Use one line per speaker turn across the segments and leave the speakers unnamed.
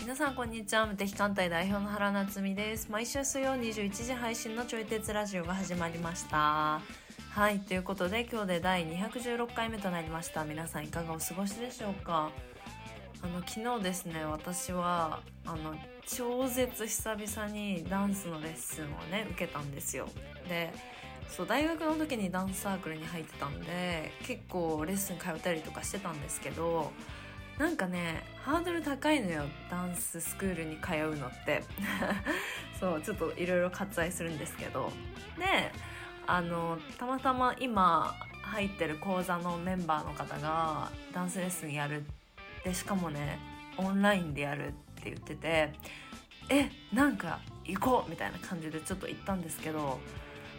皆さんこんにちは無敵艦隊代表の原夏実です毎週水曜21時配信のちょい鉄ラジオが始まりましたはいということで今日で第216回目となりました皆さんいかがお過ごしでしょうかあの昨日ですね私はあの超絶久々にダンスのレッスンをね受けたんですよでそう大学の時にダンスサークルに入ってたんで結構レッスン通ったりとかしてたんですけどなんかねハードル高いのよダンススクールに通うのって そうちょっといろいろ割愛するんですけどであのたまたま今入ってる講座のメンバーの方がダンスレッスンやるでしかもねオンラインでやるって言っててえなんか行こうみたいな感じでちょっと行ったんですけど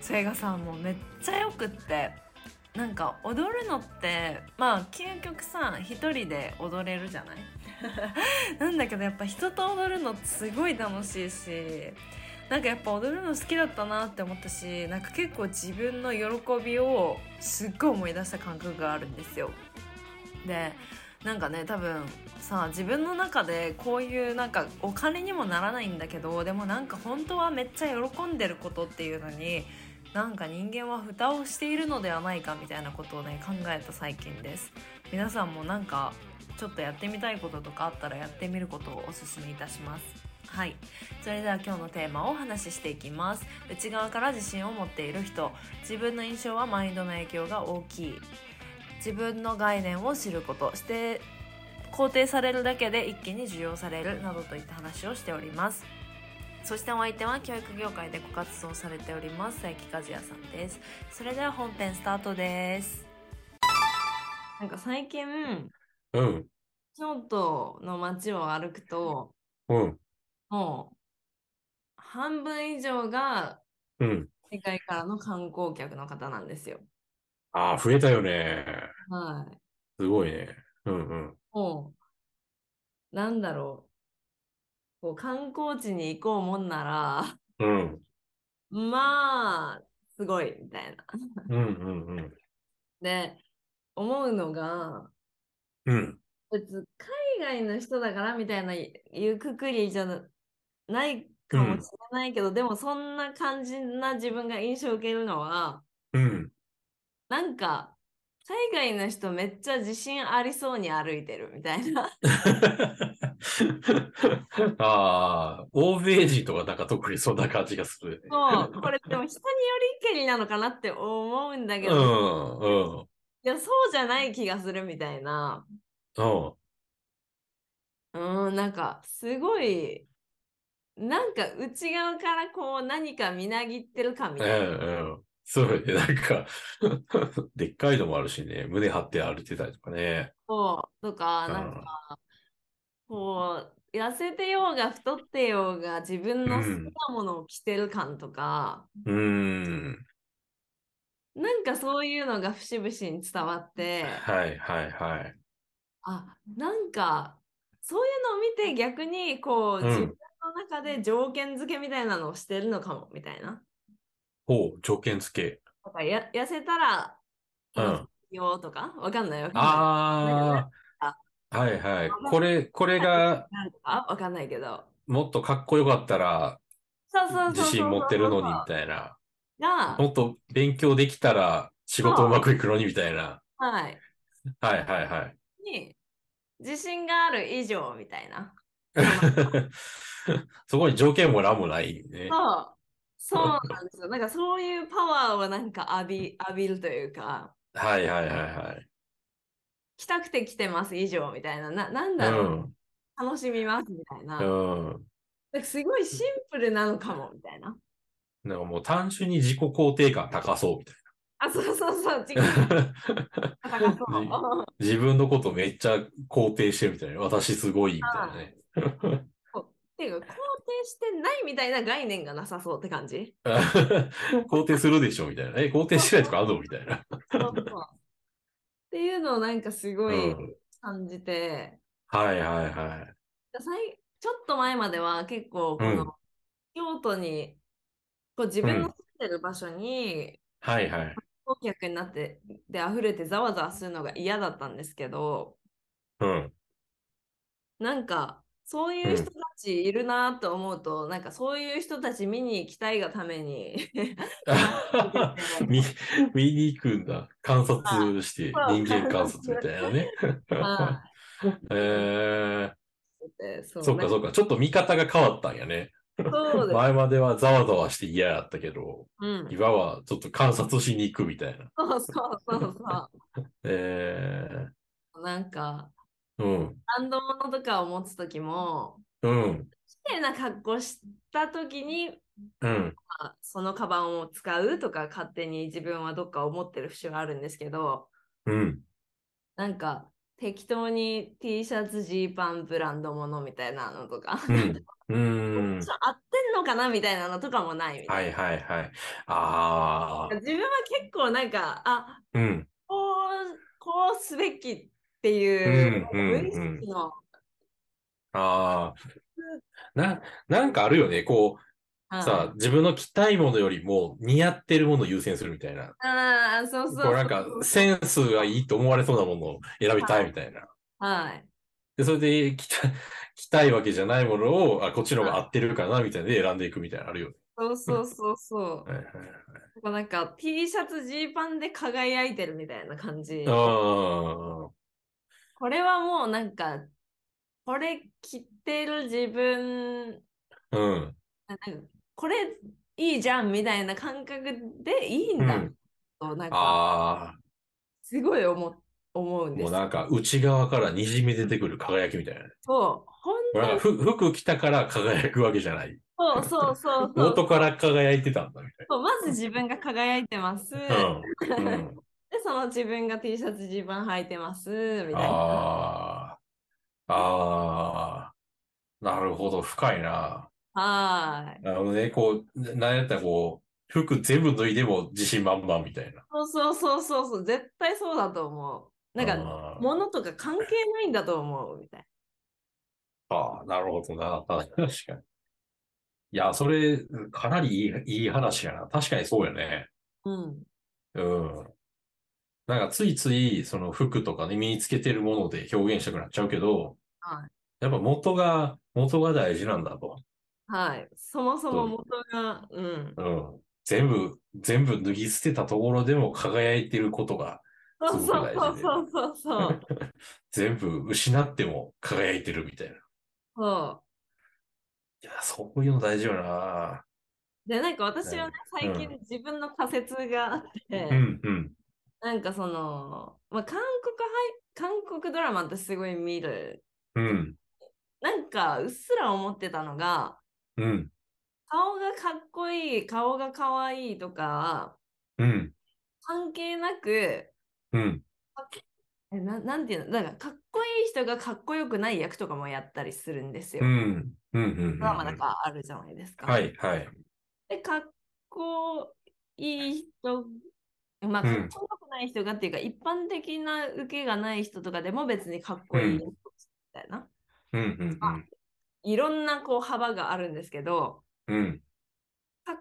それがさもうめっちゃよくってなんか踊るのってまあ究極さ一人で踊れるじゃない なんだけどやっぱ人と踊るのすごい楽しいしなんかやっぱ踊るの好きだったなって思ったしなんか結構自分の喜びをすっごい思い出した感覚があるんですよ。でなんかね多分さ自分の中でこういうなんかお金にもならないんだけどでもなんか本当はめっちゃ喜んでることっていうのになんか人間は蓋をしているのではないかみたいなことをね考えた最近です皆さんもなんかちょっとやってみたいこととかあったらやってみることをおすすめいたしますはいそれでは今日のテーマをお話ししていきます内側から自信を持っている人自分の印象はマインドの影響が大きい自分の概念を知ることして肯定されるだけで一気に受容されるなどといった話をしておりますそしてお相手は教育業界でご活動されております佐伯和也さんですそれでは本編スタートですなんか最近
うん、
京都の街を歩くと
うん、
もう半分以上が
うん。
世界からの観光客の方なんですよ
ああ、増えたよね。
はい
すごいね。うん、うん。
もうなんだろうこう観光地に行こうもんな ら
うん、
まあすごいみたいな
うん、うん、うん。
で思うのが
うん、
別に海外の人だからみたいないうくくりじゃなないかもしれないけど、でもそんな感じな自分が印象を受けるのは
うん。
なんか海外の人めっちゃ自信ありそうに歩いてるみたいな
ああ、欧米人とかなんか特にそんな感じがするね。
そうこれ でも人によりけりなのかなって思うんだけ
う
ど、い
ん、うん、
やそうじゃない気がするみたいな
うん。
うんなんかすごいなんか内側からこう何かみなぎってる感み
う
たいな。
ん、うん。そうね、なんか でっかいのもあるしね、胸張って歩いてたりとかね。
そうとか、
うん
なんか、こう、痩せてようが太ってようが自分の好きなものを着てる感とか、
うーん。
なんかそういうのが節々に伝わって、
はい、はい、はい。
あ、なんか、そういうのを見て逆にこう、
うん
自分の中で条件付けみたいなのをしてるのかも、みたいな。
ほう、条件付け。
とかや、痩せたら、
うん。
よとか、わかんないわかんない。
ああ、はいはい。これ、これが
なんかわかんないけど。
もっとかっこよかったら
そうそうそう
自信
そう
持ってるのにみ
そう
たいな。
が、
もっと勉強できたら仕事うまくいくのにみたいな。
はい。
はいはいはい。
に自信がある以上みたいな。
そこに条件も何もないね。
そう。そうなんですよ。なんかそういうパワーをなんか浴び浴びるというか、
はいはいはい
来たくて来てます以上みたいな、ななん
は
だ
い。
ろう、楽しみますみたいな。な
う
ん
ん。うん。
かすごいシンプルなのかもみたいな。
なんかもう単純に自己肯定感高そうみた
あ、そうそうそう、自己
いな。
高そう。
自分のことめっちゃ肯定してるみたいな。私すごいみたいなね。
っていうか、肯定してないみたいな概念がなさそうって感じ。
肯定するでしょみたいな。え、肯定しないとかあんのみたいな。
そうそうっていうのをなんかすご
う
い
ん。
感じて、
はいはいはい。
さいちょっと前までは結構この、
うん
京都にこう自分の住んてる場所に
はいはい。
観光客になってで溢れてざわざわするのが嫌だったんですけど
うん。
なんかそういう人たちいるなと思うと、なんかそういう人たち見に行きたいがために
見、見に行くんだ。観察して、
あそう
人間観察みたいなね。
は
え
いそ
ー、そうかそううか。ちょっと見方が変わったんやね。
そうです、
前まではざわざわして嫌やったけど、
うん、
今はちょっと観察しに行くみたいな。
そうそうそうそ
え
うなんか
ー、うん。
ブランド物とかを持つ時も
うん。
綺麗な格好した時に
うん。
あそのカバンを使うとか勝手に自分はどっか思ってる節はあるんですけど
うん。
なんか適当に T シャツジーパンブランドものみたいなのとか、
う
ちょっ
ん。うん。
と合ってんのかなみたいなのとかもないみた
はいいはいはい。あ
な、自分は結構なんかあ
あ。うん。
こうこうすべきっていう、
うんうんうん
無意識の、
ああ。 な、なんかあるよね。こ
うん
う、さ、自分の着たいものよりも似合ってるものを優先するみたいな。
あーそうそう
こうなんか、センスがいいと思われそうなものを選びた
はい
みたいな。
はい
で、それで着た、 着たいわけじゃないものを、あ、こっちの方が合ってるかなみたいなので選んでいくみたいなのあるよね。
そうそうそうそう
はいはい
こうなんか T シャツジーパンで輝いてるみたいな感じ
あ
これはもうなんかこれ着てる自分
あ。うん。
なんかこれいいじゃんみたいな感覚でいいんだ、
うん
となんか
ああ。
すごい思思うんで
もう
す
なんか、内側から滲み出てくる輝きみたいな。
そう本
これなんかふ服着たから輝くわけじゃない。
当そうそうそうそう
元から輝いてたんだみたい
そうまず自分が輝いてます、
な。うん。うん、
でその自分が T シャツジーパン履いてますみたいな
ああ。ああ。なるほど、深いな。
はーい
なるほどね、こう、ななんやったらこう、服全部脱いでも自信満々みたいな。
そうそうそうそうそう絶対そうだと思うなんか
あー
物とか関係ないんだと思うみたい
ああ、なるほどな。確かに。いや、それ、かなりいいいい話やな。確かにそうやね。
なうん
うん。なんかついつい、その服とかね、身につけてるもので表現したくなっちゃうけど、
は
やっぱ元が、元が大事なんだと。
はいそもそも
そ
元が うん
うん。全部、全部脱ぎ捨てたところでも輝いてることが、
そう
すご
そう
く
そ
大
う
事で
そうそうそう
全部失っても輝いてるみたいな。い
そ
や、そういうの大事よな。
う。で、なんか私はね、
うん
最近自分の仮説があって、
うん、うん。
なんかその、まあ、韓国はい、韓国ドラマってすごい見る。
うん、
なんかうっすら思ってたのが、
うん、
顔がかっこいい、顔がかわいいとか、
うん、
関係なく、
うん。
えななんていうの、なんかかっこいい人がかっこよくない役とかもやったりするんですよ。
うん、うん、うん。
ドラマなんかあるじゃないですか。
はい、はい。
で、かっこいい人、まあ、
う
か
ん
っこよくない人がっていうか、一般的な受けがない人とかでも別にかっこいい人みたいな。
うん、うん、
いろんなこう幅があるんですけど、
うん、うん、
かっ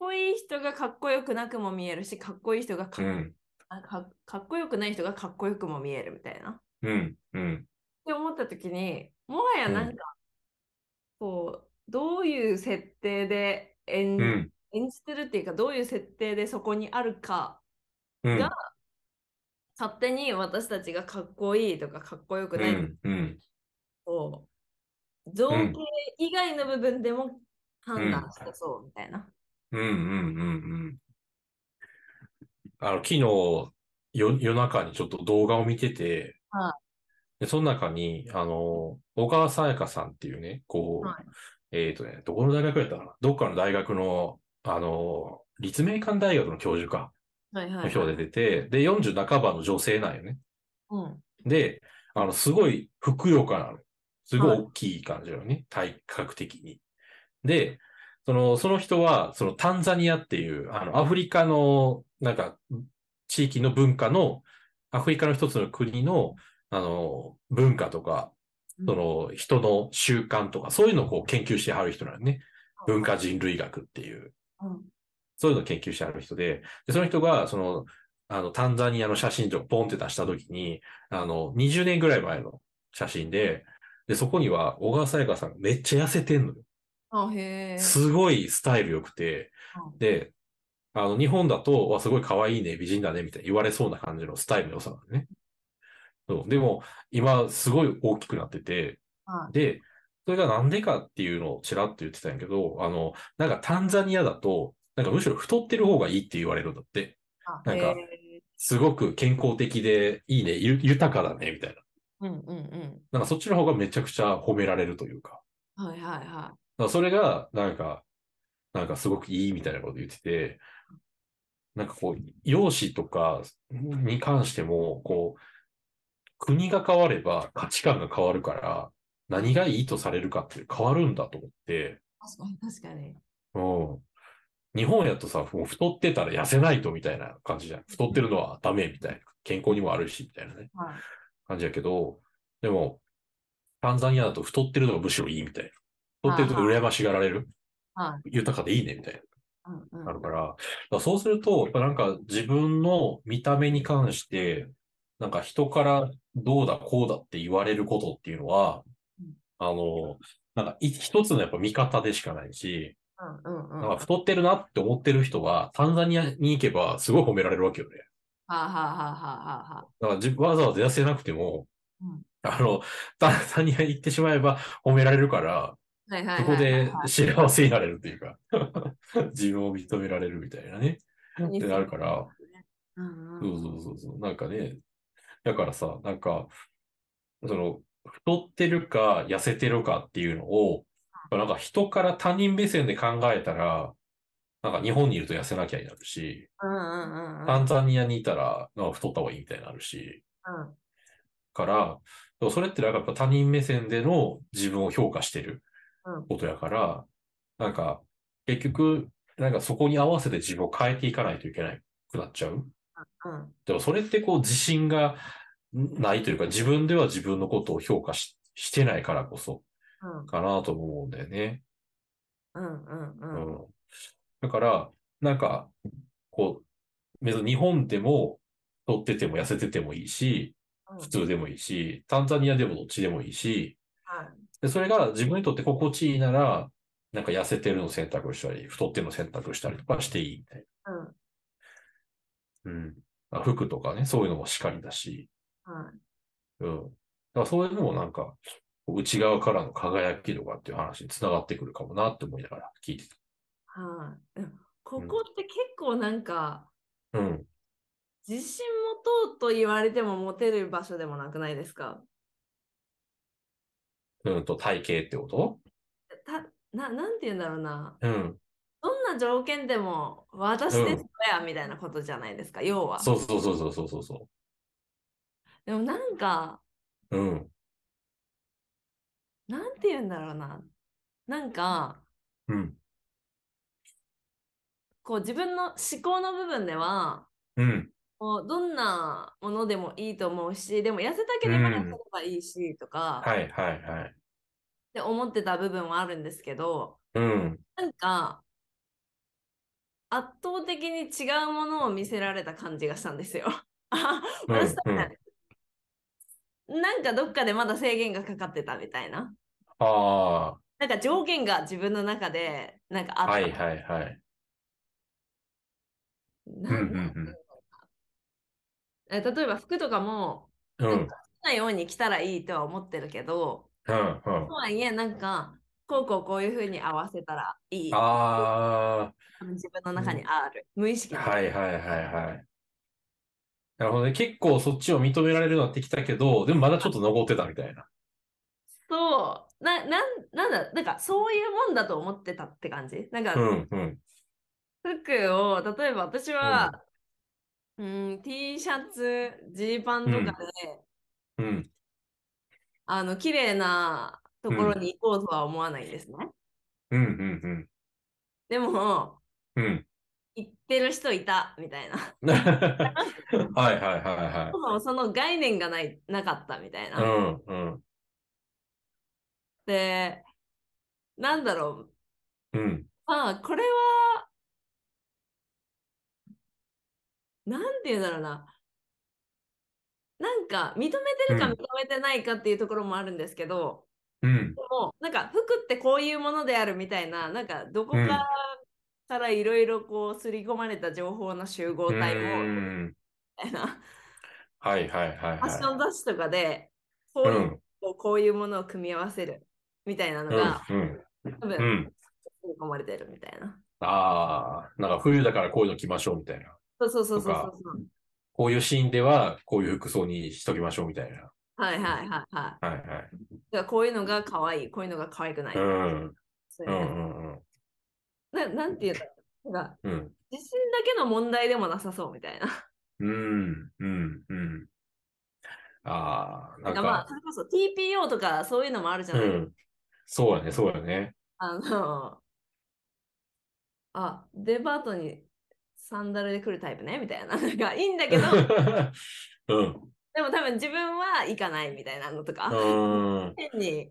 こいい人がかっこよくなくも見えるし、かっこいい人がか,、
うん、
かかっこよくない人がかっこよくも見えるみたいな。っ
うん、うん。
て思った時に、もはやなんか、こう、どういう設定で演,、
うん、
演じてるっていうか、どういう設定でそこにあるか
うん、
が勝手に私たちがかっこいいとかかっこよく
う
ない
ん、うん。
と、造形以外の部分でも判断してそうみたいな。
うんうんうんうん。あの、昨日、よ夜中にちょっと動画を見てて
は、
で、その中に、あの、小川さやかさんっていうね、こう、
はい
えっとね、どこの大学やったかなどっかの大学の、あの、立命館大学の教授か、
はいは
の人で出て、で、40半ばの女性なんよね。
うん。
で、あの、すごいふくよかなの。すごい
はい
大きい感じだよね。体格的に。で、その、その人は、そのタンザニアっていう、あの、アフリカの、なんか、地域の文化の、アフリカの一つの国の、あの、文化とか、その、人の習慣とか、そういうのをこう研究してはる人なのね。文化人類学っていう。
うん
そういうのを研究してある人で、でその人が、その、あの、タンザニアの写真集をポンって出した時に、あの、20年ぐらい前の写真で、で、そこには小川さやかさんがめっちゃ痩せてんのよ。
あ、へえ。
すごいスタイル良くて
う、
で、あの、日本だと、わ、すごい可愛いね、美人だね、みたいに言われそうな感じのスタイルの良さなんでね。そう。でも、今、すごい大きくなってて、
はい
で、それがなんでかっていうのをちらっと言ってたんやけど、あの、なんかタンザニアだと、なんかむしろ太ってる方がいいって言われるんだって。
あ
なんか
へえ
すごく健康的でいいね、ゆ豊かだね、みたいな。
うんうん
なんかそっちの方がめちゃくちゃ褒められるというか。
うん。はいはいは
だからそれが、なんか、なんかすごくいいみたいなこと言ってて、なんかこう、容姿とかに関しても、こう、国が変われば価値観が変わるから、何がいいとされるかって変わるんだと思って、
い。確かに確かに。
うん。日本やとさ、もう太ってたら痩せないとみたいな感じじゃん。太ってるのはダメみたいな。健康にも悪いし、みたいなね、
はい
感じやけど、でも、タンザニアだと太ってるのがむしろいいみたいな。太ってると羨ましがられる。
は
豊かでいいね、みたいな。
うんうん。
あるから、だからそうすると、やっぱなんか自分の見た目に関して、なんか人からどうだこうだって言われることっていうのは
うん、
あの、なんかい一つのやっぱ見方でしかないし、
うんうんうん。
なん
は
か太ってるなって思ってる人は、タンザニアに行けばすごい褒められるわけよね。
あはあはあはあはあ。
だからじわざわざ痩せなくても
うん、
あの、タンザニア行ってしまえば褒められるから、
はいはい
そ
は
こ
いはい
で幸せになれるっていうか、 自分を認められるみたいなね、ってなるから、
うんう。
そうんそうそうそう。なんかね、だからさ、なんか、その、太ってるか痩せてるかっていうのを、なんか人から他人目線で考えたら、なんか日本にいると痩せなきゃになるし、
うんうんうんうん。
タンザニアにいたらなんか太った方がいいみたいになるし、
うん
から、でもそれってなんかやっぱ他人目線での自分を評価してる
うん
ことやから、なんか結局、なんかそこに合わせて自分を変えていかないといけなくなっちゃう。
うん
でもそれってこう自信がないというか自分では自分のことを評価ししてないからこそ
うん
かなとも思うんだよね。
うんうんう。
うんん。だから、なんか、こう、別に日本でも取ってても痩せててもいいし、
うん
普通でもいいし、タンザニアでもどっちでもいいし、
はい
でそれが自分にとって心地いいなら、なんか痩せてるの選択をしたり、太ってるの選択したりとかしていいみたいな。
うん
うん。服とかね、そういうのもしかりだし。
はい
うん。だからそういうのもなんか、内側からの輝きとかっていう話につながってくるかもなって思いながら聞いて
はいうんここって結構なんか
た。うん。
自信持とうと言われても持てる場所でもなくないですか
うんと、体型ってこと
たななんて言うんだろうな
うん。
どんな条件でも私ですやみたいなことじゃないですか要は
そうそうそうそうそうそうそ
でもなんか
う。うん。
なんて言うんだろうななんか
うん。
こう自分の思考の部分では
うん。
こうどんなものでもいいと思うしでも痩せたければ痩せればいいしとか、
はいはいはい。
って思ってた部分はあるんですけど
うん。
なんか圧倒的に違うものを見せられた感じがしたんですよ。 あ
うん
私だった
うん
らなんかどっかでまだ制限がかかってたみたいな。
あ
なんか条件が自分の中でなんかあ
あ、
った。
はいはいはい。うん
な
うん
だえ例えば服とかも
うん。う
好
ん。
きなように着たらいいとは思ってるけど、
うん。うん
と。はいえなんかこうこうこういう風に合わせたらいい。
あ
自分の中にある。無意識
あ、
の。
はいはいはいはい。なるほどね。結構そっちを認められるようになってきたけど、でもまだちょっと残ってたみたいな。
そう、な、なん、なんだ、なんかそういうもんだと思ってたって感じ。なんか
うんうん。
服を、例えば私は、うん、T シャツ、ジーパンとかで、
うん。
あの、綺麗なところに行こうとは思わないんですね。
うんうんうん。
でも、
うん。
行ってる人いた、みたいな。
はいはいは
そもそもその概念がない、なかったみたい
いはい。う
な。
んうん
で、なんだろう、
うん
まあ、これは、なんて言うんだろうな。なんか、認めてるか
うん
認めてないかっていうところもあるんですけど、
うん。
でも、なんか、服ってこういうものであるみたいな、なんか、どこか
うん
からいろいろこう、すり込まれた情報の集合
う
体を、み
ん。
たいな、
はいはいはい
ファッション
は
雑誌とかで、こ
い。
う
う。
いうんこうこういうものを組み合わせるみたいなのが、
うん。
多分
うん。うん。
組み込まれてるみたいな。
ああ、なんか冬だからこういうの着ましょうみたいな。
そうそうそうそう
と
そう
か
そう。
こういうシーンではこういう服装にしときましょうみたいな。
はいはいはいはい。だか
はいはい。
らこういうのが可愛い、こういうのが可愛くない。
うん。
そういううの
んうん
ななんていうのなんか
うん。うん。
自信だけの問題でもなさそうみたいな。
うん。うん。うん。ああ、なん
まあ
か、、
それこそ TPO とかそういうのもあるじゃ
う
ない、
ん。そうやね、そうやね。
あの、あ、デパートにサンダルで来るタイプねみたいな。なんかいいんだけど、
うん。
でも多分自分は行かないみたいなのとか、
うん。
変に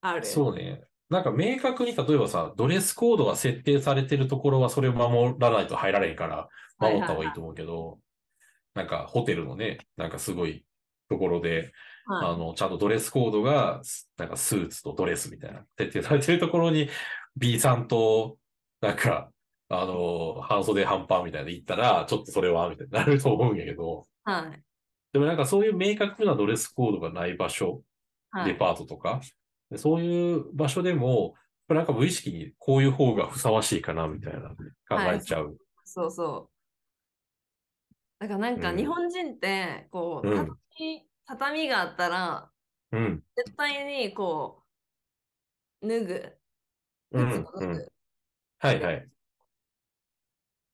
ある。
そうね。なんか明確に、例えばさ、ドレスコードが設定されてるところはそれを守らないと入られへんから、守った方がいいと思うけど、なんかホテルのね、なんかすごいところで、
はい
あの、ちゃんとドレスコードが、すなんかスーツとドレスみたいな、徹底されてるところに、B さんと、なんか、あの、半袖半パンみたいなの行ったら、ちょっとそれは、みたいになると思うんやけど、
はい。
でもなんかそういう明確なドレスコードがない場所
は
デ
い。
パートとか、でそういう場所でも、やっぱなんか無意識にこういう方がふさわしいかなみたいな考えちゃう。
そうそう。だからなんか
うん
日本人って、こう、
うん
畳畳があったら、
うん。
絶対にこう、脱ぐ。
うん
靴を脱
うん
ぐ。
はいはい。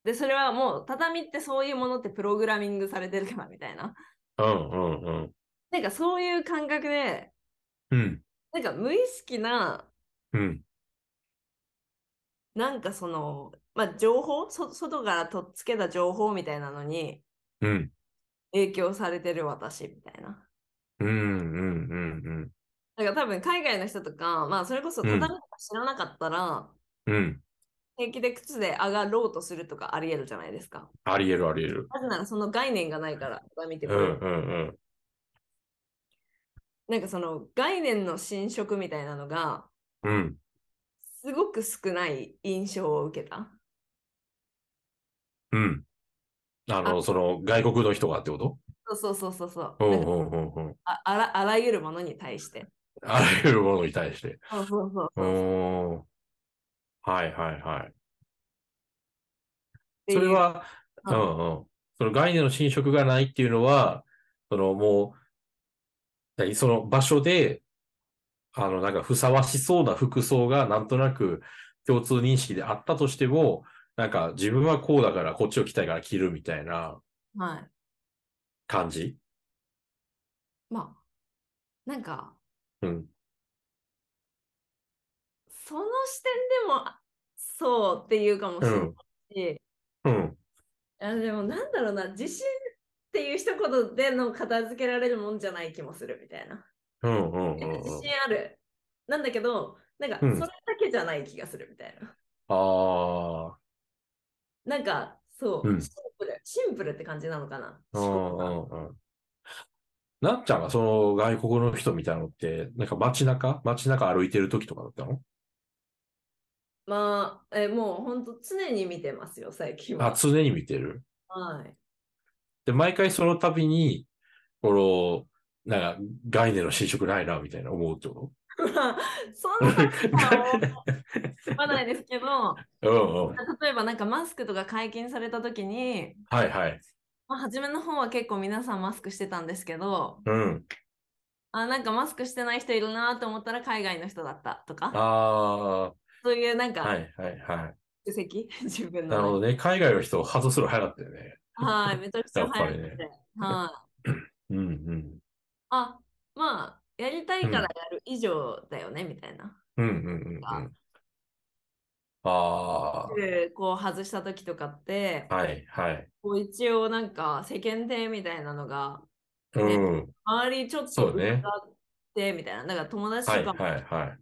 で、それはもう、畳ってそういうものってプログラミングされてるからみたいな。
うんうんうん。
なんかそういう感覚で、
うん。
なんか無意識な、
うん。
なんかその、まあ情報そ、外からとっつけた情報みたいなのに
うん。
影響されてる私みたいな。
うんうんうん
だから多分海外の人とか、まあそれこそ
うん
畳とか知らなかったら、
うん。うん。
平気で靴で上がろうとするとかありえるじゃないですか。
ありえるありえる。
なぜならその概念がないから、見て
う
く
んう
る。
ん
なんかその概念の侵食みたいなのが、
うん。うん。
すごく少ない印象を受けた。
うん。あの、その外国の人がってこと
そうそうそうそう
う
そう。
んう
なんか
んうんうん。
ああらあらゆるものに対して。
あらゆるものに対して。
そうそうそう
う
そう。っ
ん。はいはいはい。
てい
そうれ、は、う
うん
んうん。その概念の侵食がないっていうのは、そのもう、何その場所で、あの、なんかふさわしそうな服装がなんとなく共通認識であったとしても、なんか自分はこうだからこっちを着たいから着るみたいな
はい。
感じ
まあ、なんか、
うん。
その視点でも、あそうっていうかもしれないし、
うん。
あでもなんだろうな、自信っていう一言での片付けられるもんじゃない気もするみたいな。
うんうんうんう
自
ん。
信ある。なんだけど、なんかそ
うん
れだけじゃない気がするみたいな。
あ
なんか、そう、
うん
シンプル、シンプルって感じなのかな。
あ。う
思
ん
考
う
が
んうん。なっちゃんがその外国の人みたいなのって、なんか街中街中歩いてる時とかだったの
まあ、えーもう本当常に見てますよ、最近
あ、
は。
常に見てる。
はい。
で、毎回その度に、この、なんか、概念の侵食ないな、みたいな思うってこ
まあそ
と
ん
う
なこ
ん
とは思わないですけど、
うん。
例えばなんかマスクとか解禁された時に、
はいはい。
まあ、初めの方は結構皆さんマスクしてたんですけど、
うん。
あ、なんかマスクしてない人いるなと思ったら海外の人だったとか、
あ
そういうなん
あ、
か
はいはいは
蓄積、 自
い。
分
なるほ
の
どね。海外の人を外すの早かったよね。
はい、めちゃくちゃ
やっぱ
入
りね
ってて、はい。
うんうん。
あ、まあ、やりたいからやる以上だよね、みたいな。
うんうんうんうん。ああー、
でこう外した時とかって、
はいはい。
こう一応なんか世間体みたいなのが、
うん。
周りちょっ
そ
と
うね
疑ってみたいな。だから友達
はい
とかも
はいはい。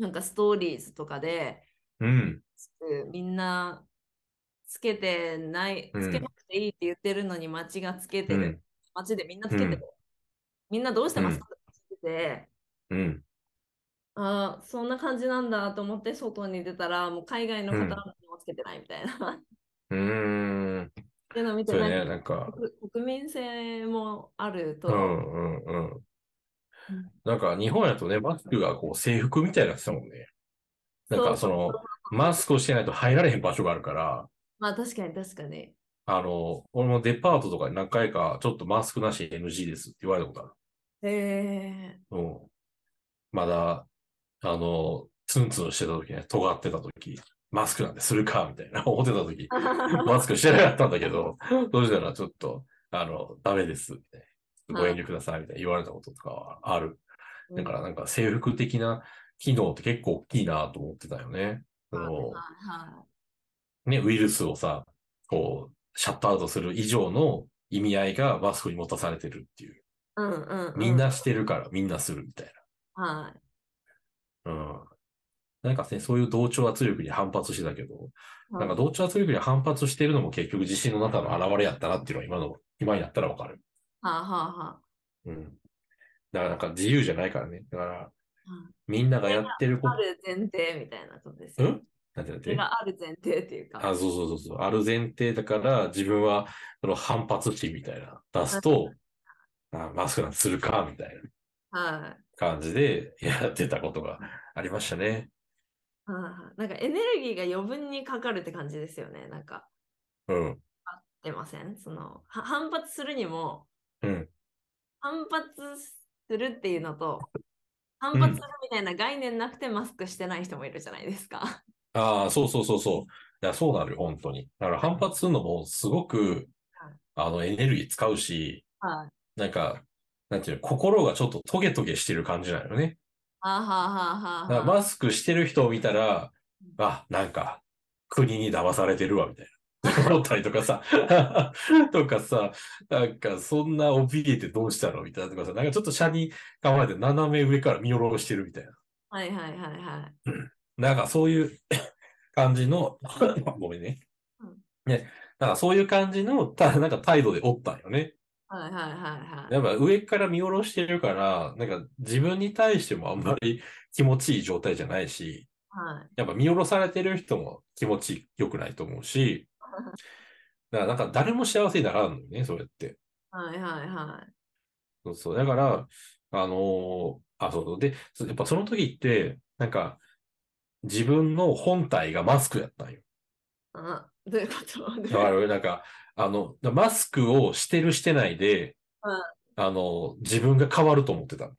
なんかストーリーズとかで、
うん。
みんなつけてない、
うん
つけなくてていいって言ってるのに街がつけてる。
うん
街でみんなつけてる。
うん
みんなどうしてますか、って聞いてて、
うん。
ああ、そんな感じなんだと思って外に出たら、もう海外の方
う
は
ん
何もつけてないみたいな。
うーん。
っていうのを見て
そう
なんか
ね、なんか、
国国民性もあると、
うんうんうん。なんか日本やとね、マスクがこう制服みたいになってたもんね。なんかその、マスクをしてないと入られへん場所があるから、
まあ確かに確かに。
あの、俺もデパートとかに何回かちょっとマスクなし NG ですって言われたことある。
へえ
うん。まだ、あの、ツンツンしてた時ね、尖ってた時、マスクなんてするか、みたいな思って た時、マスクしてなかったんだけど、どうしたらちょっと、あの、ダメです、みたいな。ご遠慮ください、みたいな言われたこととかはある。だからなんか制服的な機能って結構大きいなと思ってたよね。その
は
ね、ウイルスをさ、こう、シャットアウトする以上の意味合いがマスクに持たされてるっていう。
いはい。うんうん、うん。
みんなしてるからみんなするみたい
はい。
な。うん。なんかね、そういう同調圧力に反発してたけど、なんか同調圧力に反発してるのも結局自信の中の表れやったなっていうのは今の、今になったらわかる。
はあ、はあはあ、
うん。だからなんか自由じゃないからね。だから
うん、
みんながやってるこ
あ
と、
る前提みたいなことですよ
ん
ね。
なんてなん
そ
て
れがある前提っていうか。
あ、そうそうそうそう。ある前提だから、自分はその反発心みたいな、出すと、あマスクなんてするか、みたいな
はい。
感じでやってたことがありましたね。
はいはいなんかエネルギーが余分にかかるって感じですよね。なんか、
うん。
出ませんその、は反発するにも、
うん。
反発するっていうの と、反発するみたいな概念なくてマスクしてない人もいるじゃないですか。
ああ、そうそうそうそう。いや、そうなるよ、本当に。だから反発するのもすごく
はい、
あの、エネルギー使うし、
はい。
なんか、なんていうの、心がちょっとトゲトゲしてる感じなのね。
あはあ
だ
はあ
から
はあは
マスクしてる人を見たら、あ、なんか、国に騙されてるわ、みた いな。思ったりとかさ、とかさ、なんか、そんな怯えてどうしたのみたいなとかさ、なんかちょっと車に構えて斜め上から見下ろしてるみたい
あ。はいはいはいはい。
な。なんかそういう 感じの、 ごめんね
うん。
ね、なんかそういう感じの、たなんか態度でおったんよね。
はいはいはいはい。
やっぱ上から見下ろしてるから、なんか自分に対してもあんまり 気持ちいい状態じゃないし、
はい、
やっぱ見下ろされてる人も気持ち良くないと思うし、だからなんか誰も幸せにならんのよね、それって。
はいはいはい。
そうそう。だから、あのーあ、そうそう。で、そやっぱその時って、なんか、自分の本体がマスクやったんよ。
あどういうこと
だから、なんか、あの、マスクをしてるしてないで、
うん
あの、自分が変わると思ってたの。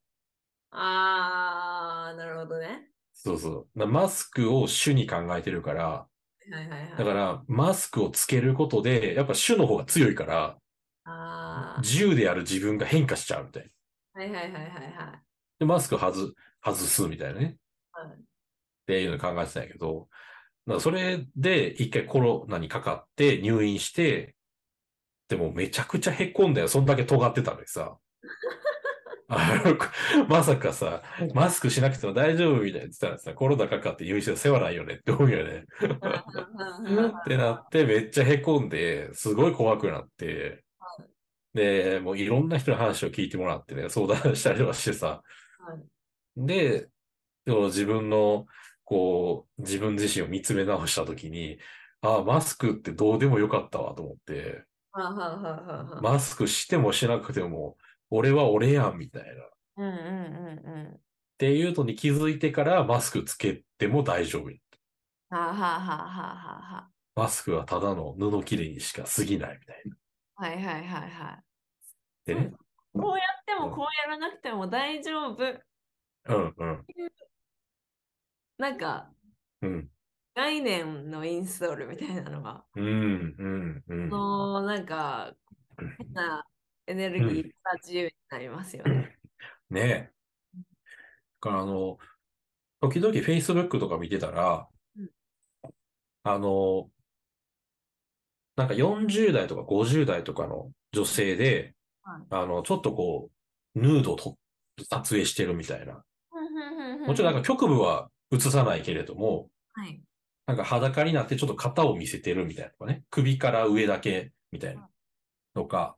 あー、なるほどね。
そうそう。だからマスクを主に考えてるから、
はいはいはい。
だから、マスクをつけることで、やっぱ主の方が強いから、
あー、
自由である自分が変化しちゃうみたいな。
はいはいはいはいはい。
で、マスク外、外すみたいなね。
はい
っていうの考えてたんやけど、だからそれで一回コロナにかかって入院して、でもめちゃくちゃへこんだよ。そんだけ尖ってたのにさ。あのこまさかさ、マスクしなくても大丈夫みたいな言ってたらさ、コロナかかって入院して世話ないよねって思うよね。
うんうんうん
ってなって、めっちゃへこんで、すごい怖くなって、で、もういろんな人の話を聞いてもらってね、相談したりとかしてさ、
はい
で、その自分の、こう、自分自身を見つめ直したときに、ああ、マスクってどうでもよかったわと思って、
はあはあはあはあ
マスクしてもしなくても、俺は俺やんみたいな。っ
うんうんうんうん。
ていうのに気づいてから、マスクつけても大丈夫。
はあはあはあはあは
マスクはただの布切れにしか過ぎないみたいな。
あ。はいはいはいはい。
でね。
こうやってもこうやらなくても大丈夫。
うんうん。
なんか
うん。
概念のインストールみたいなのが、
うん、うん、うん。
そのなんか変なエネルギーが自由になりますよね。
ねえ。だから、あの、時々 Facebook とか見てたら
うん、
あの、なんか40代とか50代とかの女性で
はい、
あの、ちょっとこう、ヌードと撮影してるみたいな。もちろんなんか局部は映さないけれども、
はい。
なんか裸になってちょっと肩を見せてるみたいなとかね。首から上だけみたいな。とか、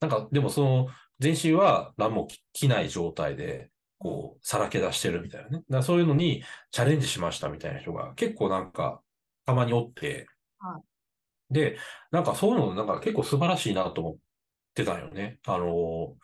なんか、でもその、全身は何も着ない状態で、こう、さらけ出してるみたいなね。だからそういうのにチャレンジしましたみたいな人が結構なんか、たまにおって
は、
で、なんかそういうの、なんか結構素晴らしいなと思ってたんよね。あの、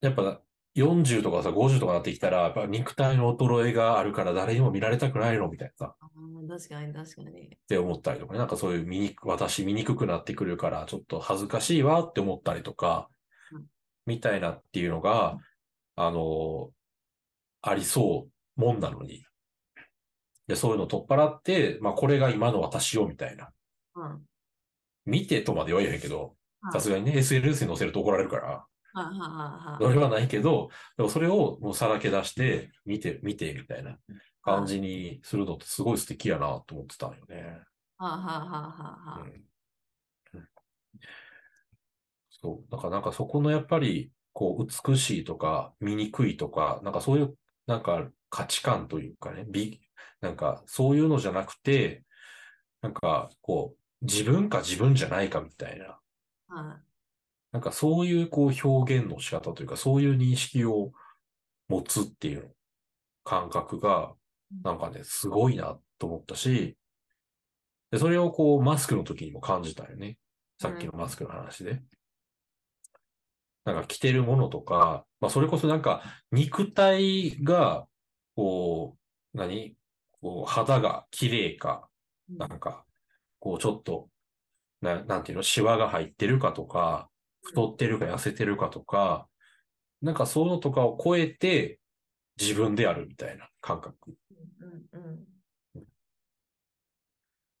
やっぱ40とかさ、50とかなってきたら、やっぱ肉体の衰えがあるから誰にも見られたくないのみたいなさ。
あー確かに確かに。
って思ったりとかね、なんかそういう見にく、私見にくくなってくるから、ちょっと恥ずかしいわって思ったりとか
うん、
みたいなっていうのが、あの、ありそうもんなのに。で、そういうのを取っ払って、まあこれが今の私よ、みたいな。
うん。
見てとまでは言えへんけど、
はい
さすがにね、SNS に載せると怒られるから、
はあ、はあはあ
それはないけど、でもそれをもうさらけ出して、見て、見て、みたいな感じにするのってすごい素敵やなと思ってたんよね。
はあはあはあはあはあ
うんそう。だからなんかそこのやっぱり、こう、美しいとか、醜いとか、なんかそういう、なんか価値観というかね、美、なんかそういうのじゃなくて、なんかこう、自分か自分じゃないかみたいな、
は
なんかそういうこう表現の仕方というか、そういう認識を持つっていう感覚が、なんかね、すごいなと思ったし、で、それをこうマスクの時にも感じたよね。さっきのマスクの話で。なんか着てるものとか、まあそれこそなんか肉体が、こう、何こう肌が綺麗か、
い
なんか、こうちょっと、ななんていうの、シワが入ってるかとか、太ってるか痩せてるかとか、なんかそういうのとかを超えて自分であるみたいな感覚。
うんうん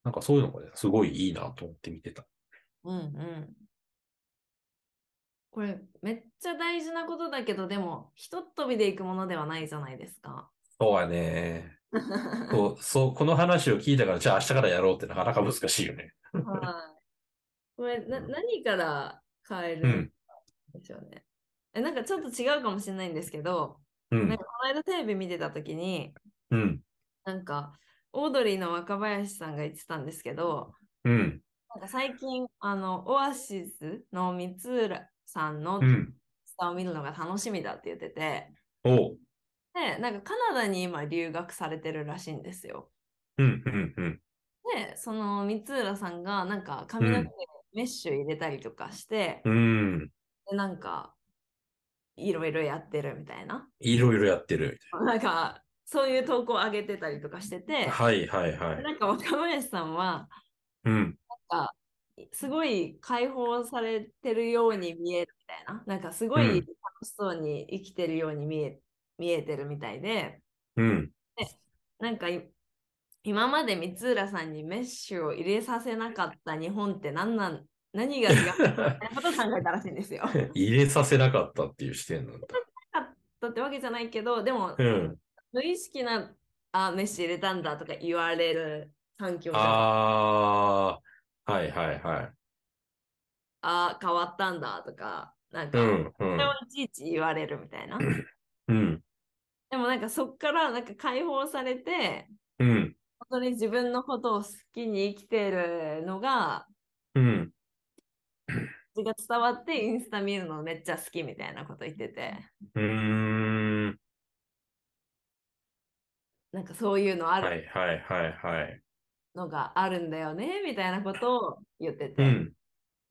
なんかそういうのがね、すごいいいなと思って見てた。
うんうん。これめっちゃ大事なことだけどでもひとっ飛びでいくものではないじゃないですか。
そうやね。 こう、そう、この話を聞いたから、じゃあ明日からやろうってなかなか難しいよね。
はい。これな何から変え
う
る
ん。
んでしょうね。えなんかちょっと違うかもしれないんですけど、
う
なん
ん。
かこの間テレビ見てた時に
うん。
なんかオードリーの若林さんが言ってたんですけど、
うん。
なんか最近あのオアシスの三浦さんの
う
ツイッ
ん。
ターを見るのが楽しみだって言ってて、
おう。
で、なんかカナダに今留学されてるらしいんですよ。
うん。うん。うん。
で、その三浦さんがなんか髪の毛にメッシュ入れたりとかして、
うん。
でなんかいろいろやってるみたいな。
いろいろやってる
なんかそういう投稿を上げてたりとかして
みたい
て、
な。はいはいはい。
なんか若林さんは
うん。
すごい解放されてるように見えるみたいな。なんかすごい
うん
楽しそうに生きてるように見え見えてるみたいで、
うん。
なんかい今まで三浦さんにメッシュを入れさせなかった日本って何なん 何が違うことを考えたらしいんですよ。 だ
入れさせなかったっていう視点なんだ。
ってわけじゃないけどでも
うん。
無意識なあメッシュ入れたんだとか言われる環境が
ああ。はいはいはい。
あ変わったんだとかなん
う
か、
ん。う
それを
ん。
いちいち言われるみたいな。
うん。
でもなんかそっからなんか解放されて
うん。
本当に自分のことを好きに生きてるのが
うん。
味が伝わってインスタ見るのめっちゃ好きみたいなこと言ってて。
うーん。
なんかそういうのあ
は
る
いはいはいはい。
のがあるんだよね、みたいなことを言ってて、
うん。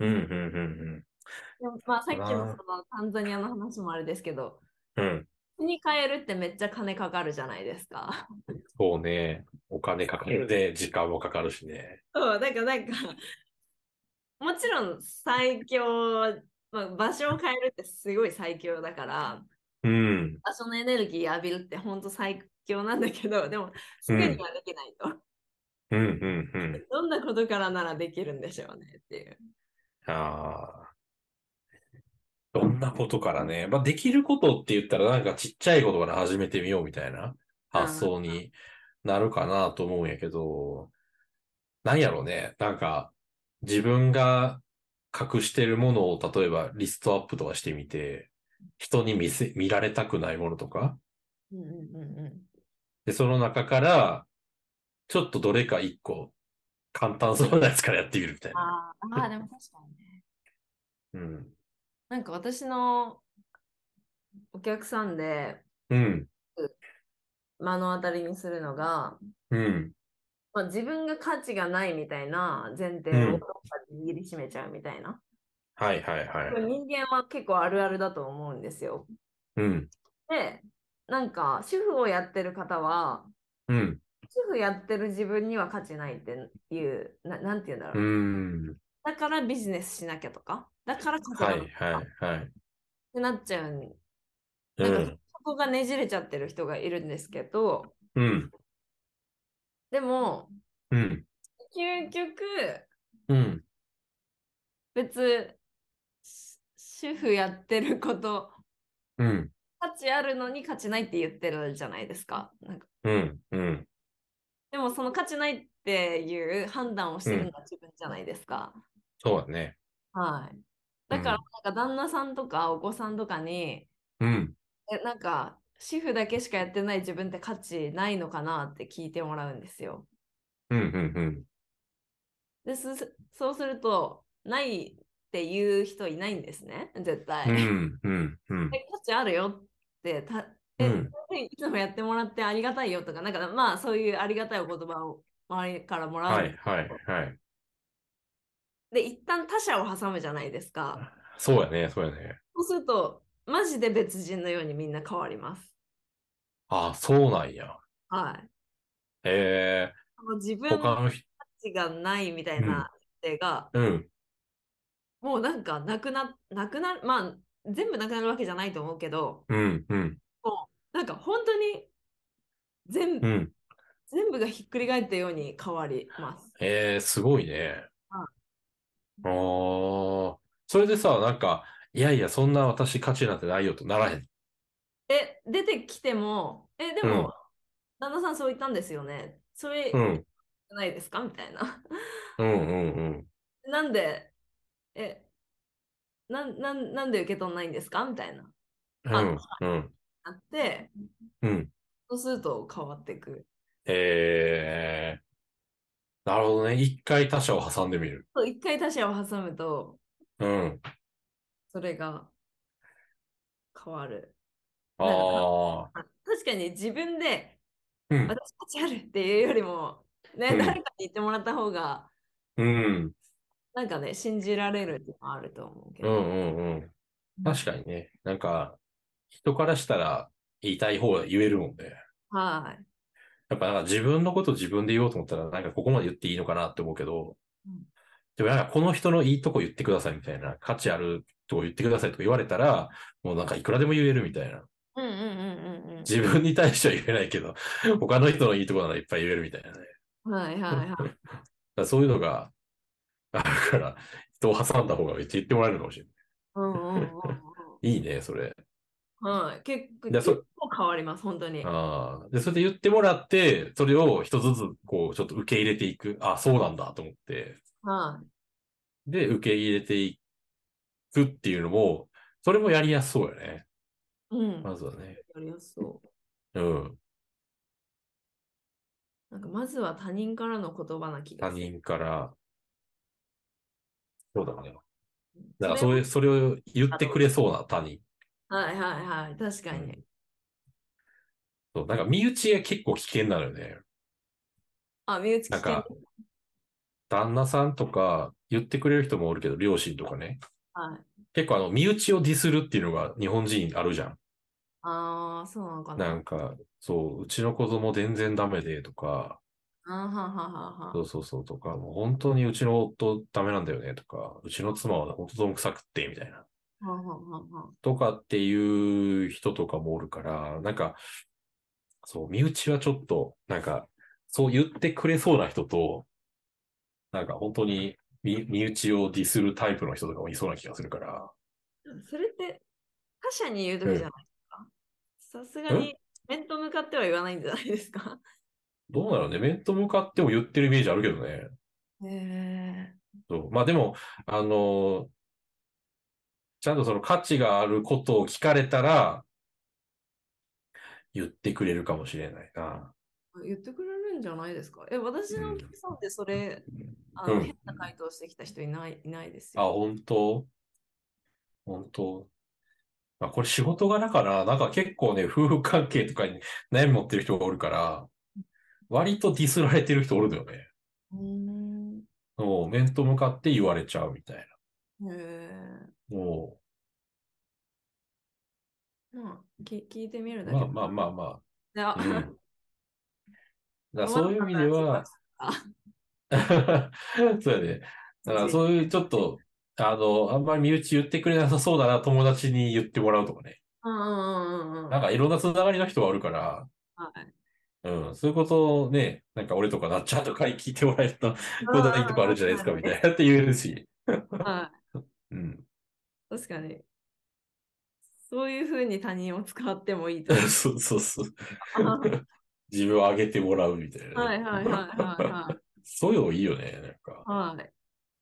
うん。うん。うん。
でもまあ、さっきの
あー
そのタンザニアの話もあれですけど
うん。うん。
国変えるってめっちゃ金かかるじゃないですか。
そうね。お金かかるね。時間もかかるしね。
そうだからなんか もちろん最強、まあ、場所を変えるってすごい最強だから
うん。
場所のエネルギー浴びるって本当最強なんだけどでもすぐにはできないと、
うんうんうん。
どんなことからならできるんでしょうねっていう。
ああ。どんなことからね。まあ、できることって言ったらなんかちっちゃいことから始めてみようみたいな発想になるかなと思うんやけど、なんやろうね。なんか自分が隠してるものを例えばリストアップとかしてみて、人に見せ、見られたくないものとか、
うんうんうんうん
で、その中から、ちょっとどれか一個簡単そうなやつからやってみるみたいな。
あーあー、でも確かにね。
うん。
なんか私のお客さんで
うん。
目の当たりにするのが、
うん。
まあ、自分が価値がないみたいな前提
うん
をどっかで握りしめちゃうみたいな。
はいはいはい
こ。れ人間は結構あるあるだと思うんですよ。
うん。
で、なんか主婦をやってる方は、
うん。
主婦やってる自分には価値ないっていう、ななんて言うんだろう
う。ん。
だからビジネスしなきゃとか、だから稼
は
が
い
なきゃとかっ
はいはい。
てなっちゃうん
う
なんか
ん。
そこがねじれちゃってる人がいるんですけど、
うん。
でも、
うん。
究極、
うん。
別、し主婦やってること、
うん。
価値あるのに価値ないって言ってるじゃないですか。なんか
うん。うん。
でも、その価値ないっていう判断をしてるのは自分じゃないですか。
そうだね。
はい。だから、なんか旦那さんとかお子さんとかに、
うん。
え、なんか、主婦だけしかやってない自分って価値ないのかなって聞いてもらうんですよ。
うん。うん。
です、そうすると、ないっていう人いないんですね、絶対。
うん。うん。うん。うん。
え価値あるよってた、え
うん
いつもやってもらってありがたいよとか、なんかまあそういうありがたいお言葉を周りからもらう。
はいはいはい。
で、一旦他者を挟むじゃないですか。
そうやね。そうやね。
そうすると、マジで別人のようにみんな変わります。
ああ、そうなんや。
はい。
え
あの自
え
分の
他
価
の人、
値がないみたいな人が、
うん。
もうなんかなくな、なくなる、まあ全部なくなるわけじゃないと思うけど、
うん。うん。
なんか本当に全部、
うん。
全部がひっくり返ったように変わります。
ええ、すごいね。
は
あーそれでさ、なんか、いやいや、そんな私価値なんてないよとならへん。
え、出てきても、え、で
うん
も、旦那さんそう言ったんですよね。それ、
うん、
ないですかみたいな。
うん、うん、うん。
なんで、え、なん、なん、なんで受け取んないんですかみたいな。
うん、うん、
あって、
うん。
そうすると変わっていく。
ええ、なるほどね。一回他者を挟んでみる。
そう一回他者を挟むと、
うん。
それが変わる。
ああ、
あ確かに自分で、
うん
私、価値あるっていうよりも、ね、
うん
誰かに言ってもらった方が、
うん、
なんかね、信じられるっていうのはあると思うけ
う
ど。
ん、うん、うん。確かにね。なんか、人からしたら言いたい方が言えるもんね。
はい。
やっぱなんか自分のこと自分で言おうと思ったら、なんかここまで言っていいのかなって思うけど
うん、
でもなんかこの人のいいとこ言ってくださいみたいな、価値あるとこ言ってくださいとか言われたら、もうなんかいくらでも言えるみたいな。
うんうんうんうんうん。
自分に対しては言えないけど、 他の人のいいとこならいっぱい言えるみたいなね。だか
はいはいはい。
らそういうのがあるから、人を挟んだ方がめっちゃ言ってもらえるかもしれ
うんうんうん
ない。いいね、それ。
うん。はい。結構、
でそ
結構変わります、本当に。
ああ。で、それで言ってもらって、それを一つずつこう、ちょっと受け入れていく。あ、そうなんだと思って、
は
で、受け入れていくっていうのも、それもやりやすそうよね。
い。うん。
まずはね。
やりやすそ
うん。
う。なんか、まずは他人からの言葉な気
他
がする。
人から。そうだね。だから、
そ
そ
れ
れ、それを言ってくれそうな他人。
はいはいはい。確か
う
に
ん。そう、なんか身内が結構危険なのよね。
あ、身内危
なん
険。
か旦那さんとか言ってくれる人もおるけど、両親とかね。
はい。
結構あの、身内をディスるっていうのが日本人あるじゃん。
ああ、そうなのか
な
な。
んか、そう、うちの子供全然ダメでとか、
あーははは
そうそうそうとか、もう本当にうちの夫ダメなんだよねとか、うちの妻は本当どんくさくって、みたいな。
ははははは。
とかっていう人とかもおるから、なんか、そう、身内はちょっと、なんか、そう言ってくれそうな人と、なんか本当に身身内をディスるタイプの人とかもいそうな気がするから、
それって、他者に言うときじゃないですか。さすがに、面と向かっては言わないんじゃないですか。
どうなのね、面と向かっても言ってるイメージあるけどね。
へえ。
そうまあでも、あの、ちゃんとその価値があることを聞かれたら、言ってくれるかもしれないな。
言ってくれるんるんじゃないですかえ、私のお客さんでそれ、あ
う
の
ん
変な回答してきた人いないいないです
あ、
よ。
本当本当まあ、これ仕事がだから、なんか結構ね、夫婦関係とかに悩み持ってる人がおるから、割とディスられてる人おるんだよね。
うーん。
もう面と向かって言われちゃうみたい
へえ。
な。も
まあ、き聞いてみる
う、
だけ
まあまあまあま
であ
あ。うん。だからそういう意味では、 そうやね。だからそういうちょっと、あの、あんまり身内言ってくれなさそうだな、友達に言ってもらうとかね。
うんうんうんうんうん。
なんかいろんなつながりの人がおるから、
はい
うん、そういうことをね、なんか俺とかなっちゃんとかに聞いてもらえると、こんないいとこあるじゃないですか、みたいなって言えるし。
は
うん。
い。確かに。そういうふうに他人を使ってもいいと思う。
そうそうそう。自分を上げてもらうみたいなね。
はいはいはいはいはい。
そういうのいいよね、なんか。
はい。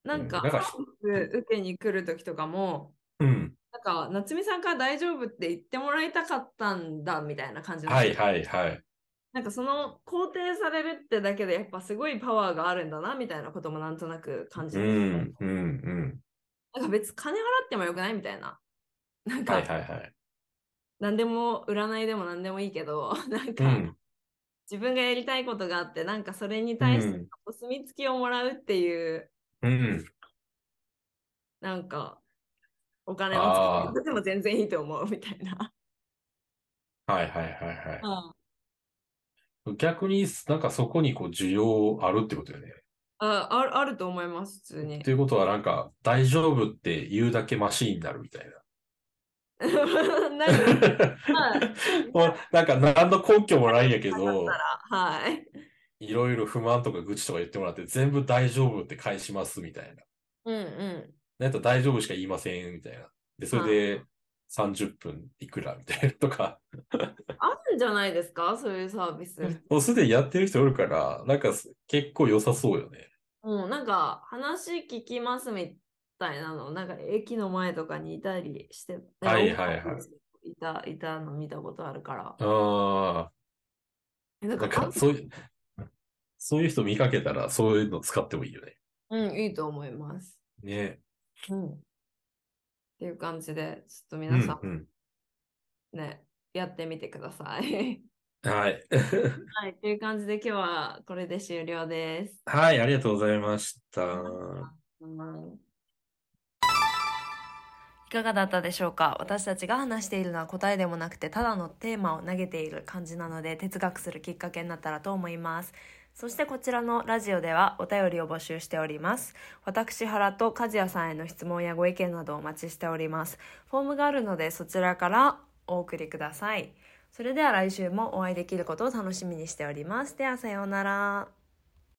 なんか、
うんなんか
サービス受けに来るときとかも、
うん。
なんか、夏美さんから大丈夫って言ってもらいたかったんだみたいな感じの
はいはいはい。
なんかその肯定されるってだけでやっぱすごいパワーがあるんだなみたいなこともなんとなく感じ
う
る、
ん、うん、うん。
なんか別に金払ってもよくないみたいな。なん
はい
か
はいはい。
何でも占いでも何でもいいけど、 なん
う
か
ん、
自分がやりたいことがあって、なんかそれに対し
う
て
ん
お墨付きをもらうっていう、
うん。
なんかお金を使っても全然いいと思うみたいな。
はいはいはいは
あ
い。逆になんかそこにこう需要あるってことよね。
ああるあると思います、普通に
っ。ていうことはなんか大丈夫って言うだけマシーンになる みたいな。
なんかはい
もうなんか何の根拠もないんやけ
なかっ
ど
た、ら、 はい。
いろいろ不満とか愚痴とか言ってもらって、全部大丈夫って返しますみたいな。
うんうん。
なんやったら大丈夫しか言いませんみたいな。で、それで30分いくらみたいなとか、
あるんじゃないですかそういうサービス。
もうすでにやってる人おるから、なんかす結構良さそうよね。
うん、なんか話聞きますみたいなの、なんか駅の前とかにいたりして、。
はいはいはい
いた、いたの見たことあるから。
あ
えな
あ、
ん
な
か
んかそういう、そういう人見かけたらそういうの使ってもいいよね。
うん、いいと思います。
ね。
うん。っていう感じで、ちょっと
う
皆さ
ん、うん。
んね、やってみてください。
はい。
はい、っていう感じで今日はこれで終了です。
はい、ありがとうございました。
うん
いかがだったでしょうか私たちが話しているのは答えでもなくてただのテーマを投げている感じなので哲学するきっかけになったらと思います。そしてこちらのラジオではお便りを募集しております。私原と和也さんへの質問やご意見などお待ちしております。フォームがあるのでそちらからお送りください。それでは来週もお会いできることを楽しみにしております。ではさようなら。